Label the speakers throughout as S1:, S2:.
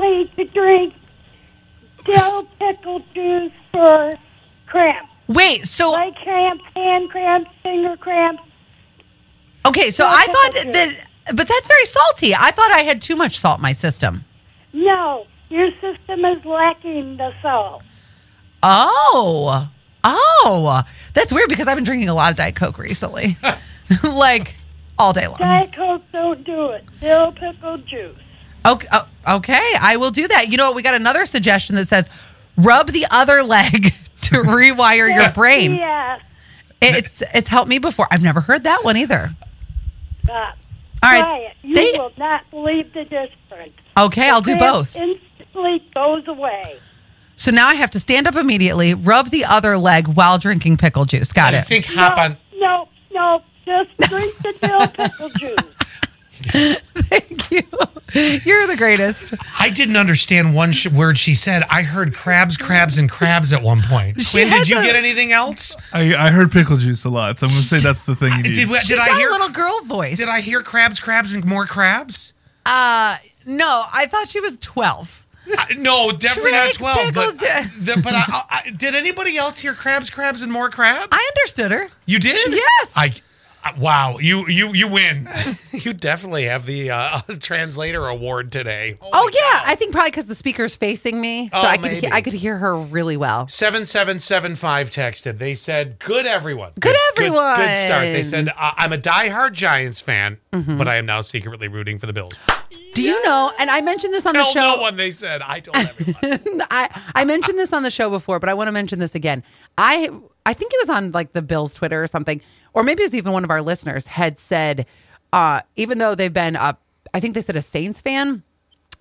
S1: need to drink dill pickle juice for cramps,
S2: Wait, so
S1: leg cramps, hand cramps, finger cramps.
S2: okay, so I thought that, but that's very salty. I thought I had too much salt in my system.
S1: No, your system is lacking the salt.
S2: Oh, oh, that's weird because I've been drinking a lot of Diet Coke recently, like all day long.
S1: Diet Coke don't do it. Dill pickle juice.
S2: Okay, oh, okay, I will do that. You know what? We got another suggestion that says rub the other leg to rewire your brain.
S1: Yes.
S2: It's it's helped me before. I've never heard that one either.
S1: Uh,
S2: All
S1: Try
S2: right,
S1: it. You
S2: they-
S1: will not believe the difference.
S2: okay, I'll do
S1: Cramp
S2: both.
S1: Instantly goes away.
S2: So now I have to stand up immediately, rub the other leg while drinking pickle juice. Got
S3: I
S2: it.
S3: think hop on.
S1: No, no, just drink the dill pickle juice.
S2: Thank you. You're the greatest.
S3: I didn't understand one sh- word she said. I heard crabs, crabs, and crabs at one point.
S2: She
S3: Quinn, did
S2: has
S3: you
S2: a-
S3: get anything else?
S4: I, I heard pickle juice a lot, so I'm going to say that's the thing you need.
S3: Did, did
S2: She's
S3: I
S2: got
S3: hear?
S2: a little girl voice.
S3: Did I hear crabs, crabs, and more crabs?
S2: Uh, no, I thought she was 12.
S3: I- no, definitely
S2: Drink
S3: not twelve. But,
S2: pickle
S3: the, but I, I, I- did anybody else hear crabs, crabs, and more crabs?
S2: I understood her.
S3: you did?
S2: Yes.
S3: I. I- Wow, you you you win. you definitely have the uh, translator award today.
S2: Oh, yeah, I think probably because the speaker's facing me, so
S3: Oh,
S2: I could he-
S3: maybe.
S2: I could hear her really well.
S3: Seven seven seven five texted. They said, "Good everyone,
S2: Good
S3: good,
S2: everyone. Mm-hmm.
S3: start." They said, I- "I'm a diehard Giants fan, but I am now secretly rooting for the Bills."
S2: Do you know? And I mentioned this on the
S3: Tell
S2: show.
S3: no one. They said, "I told everyone."
S2: I, I mentioned this on the show before, but I want to mention this again. I I think it was on like the Bills Twitter or something, or maybe it was even one of our listeners had said, uh, even though they've been up, I think they said a Saints fan,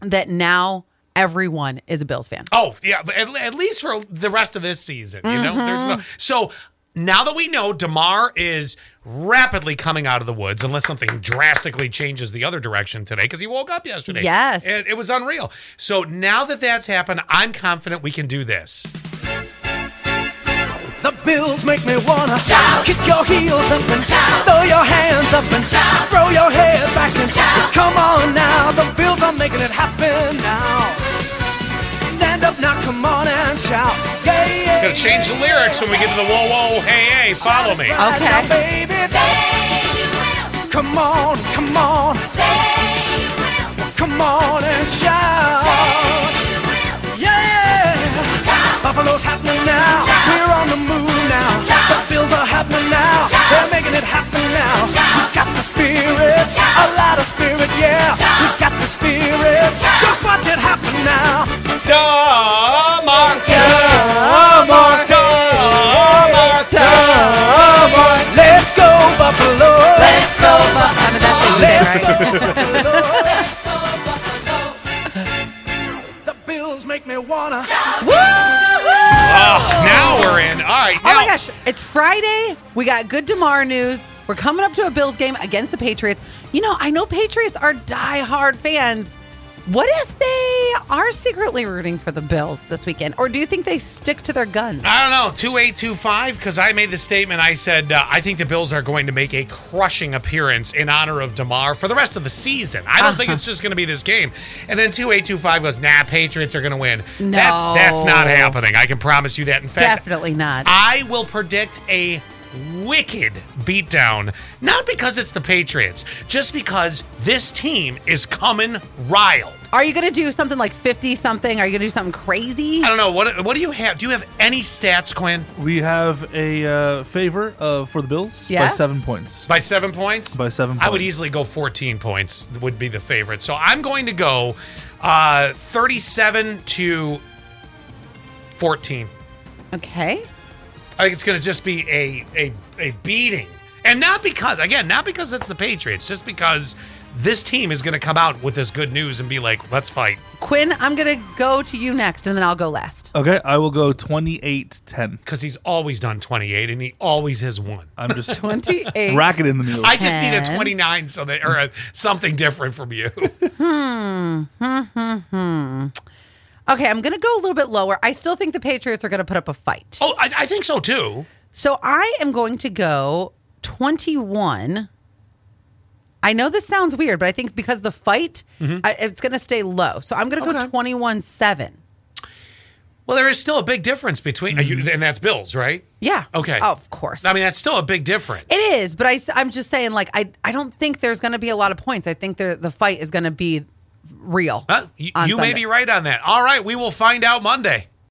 S2: that now everyone is a Bills fan.
S3: oh yeah, but at, at least for the rest of this season, you know. There's no
S2: Mm-hmm.
S3: so. Now that we know Demar is rapidly coming out of the woods, unless something drastically changes the other direction today, because he woke up yesterday.
S2: Yes.
S3: it, it was unreal. So now that that's happened, I'm confident we can do this.
S5: The bills make me wanna shout. Kick your heels up and shout. Throw your hands up and shout. Throw your head back and shout. Come on now, the bills are making it happen now. Stand up now, come on and shout. Yeah, yeah.
S3: Gotta change the lyrics when we get to the whoa, whoa, hey, hey, follow me.
S5: Right
S2: Okay.
S5: now, baby. Come on, come on, come on and shout. Yeah. Buffalo's happening now. We're on the move now. The fields are happening now. They're making it happen now. We got the spirit, a lot of spirit, yeah. We got the spirit. Just watch it happen now.
S3: Damar, Damar, Damar,
S5: Let's go, Buffalo.
S2: Let's go, I mean, that's what you did,
S5: Let's
S2: right?
S5: go, Buffalo. The Bills make me wanna.
S3: Oh, now we're in. All right,
S2: Oh
S3: now.
S2: my gosh, it's Friday. We got good DeMar news. We're coming up to a Bills game against the Patriots. You know, I know Patriots are diehard fans. What if they are secretly rooting for the Bills this weekend? Or do you think they stick to their guns?
S3: I don't know, 2825, because I made the statement. I said, uh, I think the Bills are going to make a crushing appearance in honor of DeMar for the rest of the season. I don't think it's just going to be this game. And then 2825 goes, nah, Patriots are going to win. That,
S2: No.
S3: that's not happening. I can promise you that. In fact,
S2: Definitely not.
S3: I will predict a wicked beatdown, not because it's the Patriots, just because this team is coming riled.
S2: Are you going to do something like 50 something? Are you going to do something crazy?
S3: I don't know what what do you have? Do you have any stats, Quinn?
S4: we have a uh, favor uh, for the Bills
S2: Yeah?
S4: by seven points.
S3: By seven points?
S4: By seven
S3: I would
S4: points.
S3: easily go 14 points, would be the favorite. So I'm going to go uh, 37 to 14.
S2: Okay.
S3: I think it's going to just be a, a, a beating. And not because, again, not because it's the Patriots, just because this team is going to come out with this good news and be like, let's fight.
S2: Quinn, I'm going to go to you next and then I'll go last.
S4: Okay, I will go 28 10.
S3: Because he's always done 28 and he always has won.
S4: I'm just
S2: 28.
S4: racking in the middle.
S3: I just need a
S2: Ten.
S3: 29 so that, or a, something different from you.
S2: Okay, I'm going to go a little bit lower. I still think the Patriots are going to put up a fight.
S3: oh, I, I think so too.
S2: So I am going to go 21 I know this sounds weird, but I think because the fight, I, it's going to stay low. So I'm going to go
S3: Mm-hmm. Okay.
S2: 21 7.
S3: Well, there is still a big difference between, are you, and that's Bills, right?
S2: Mm-hmm. Yeah.
S3: Okay.
S2: Oh, of course.
S3: I mean, that's still a big difference.
S2: It is, but I, am just saying, like, I, I don't think there's going to be a lot of points. I think there, the fight is going to be real.
S3: Huh? You,
S2: on
S3: Uh, you may
S2: Sunday.
S3: be right on that. All right, we will find out Monday.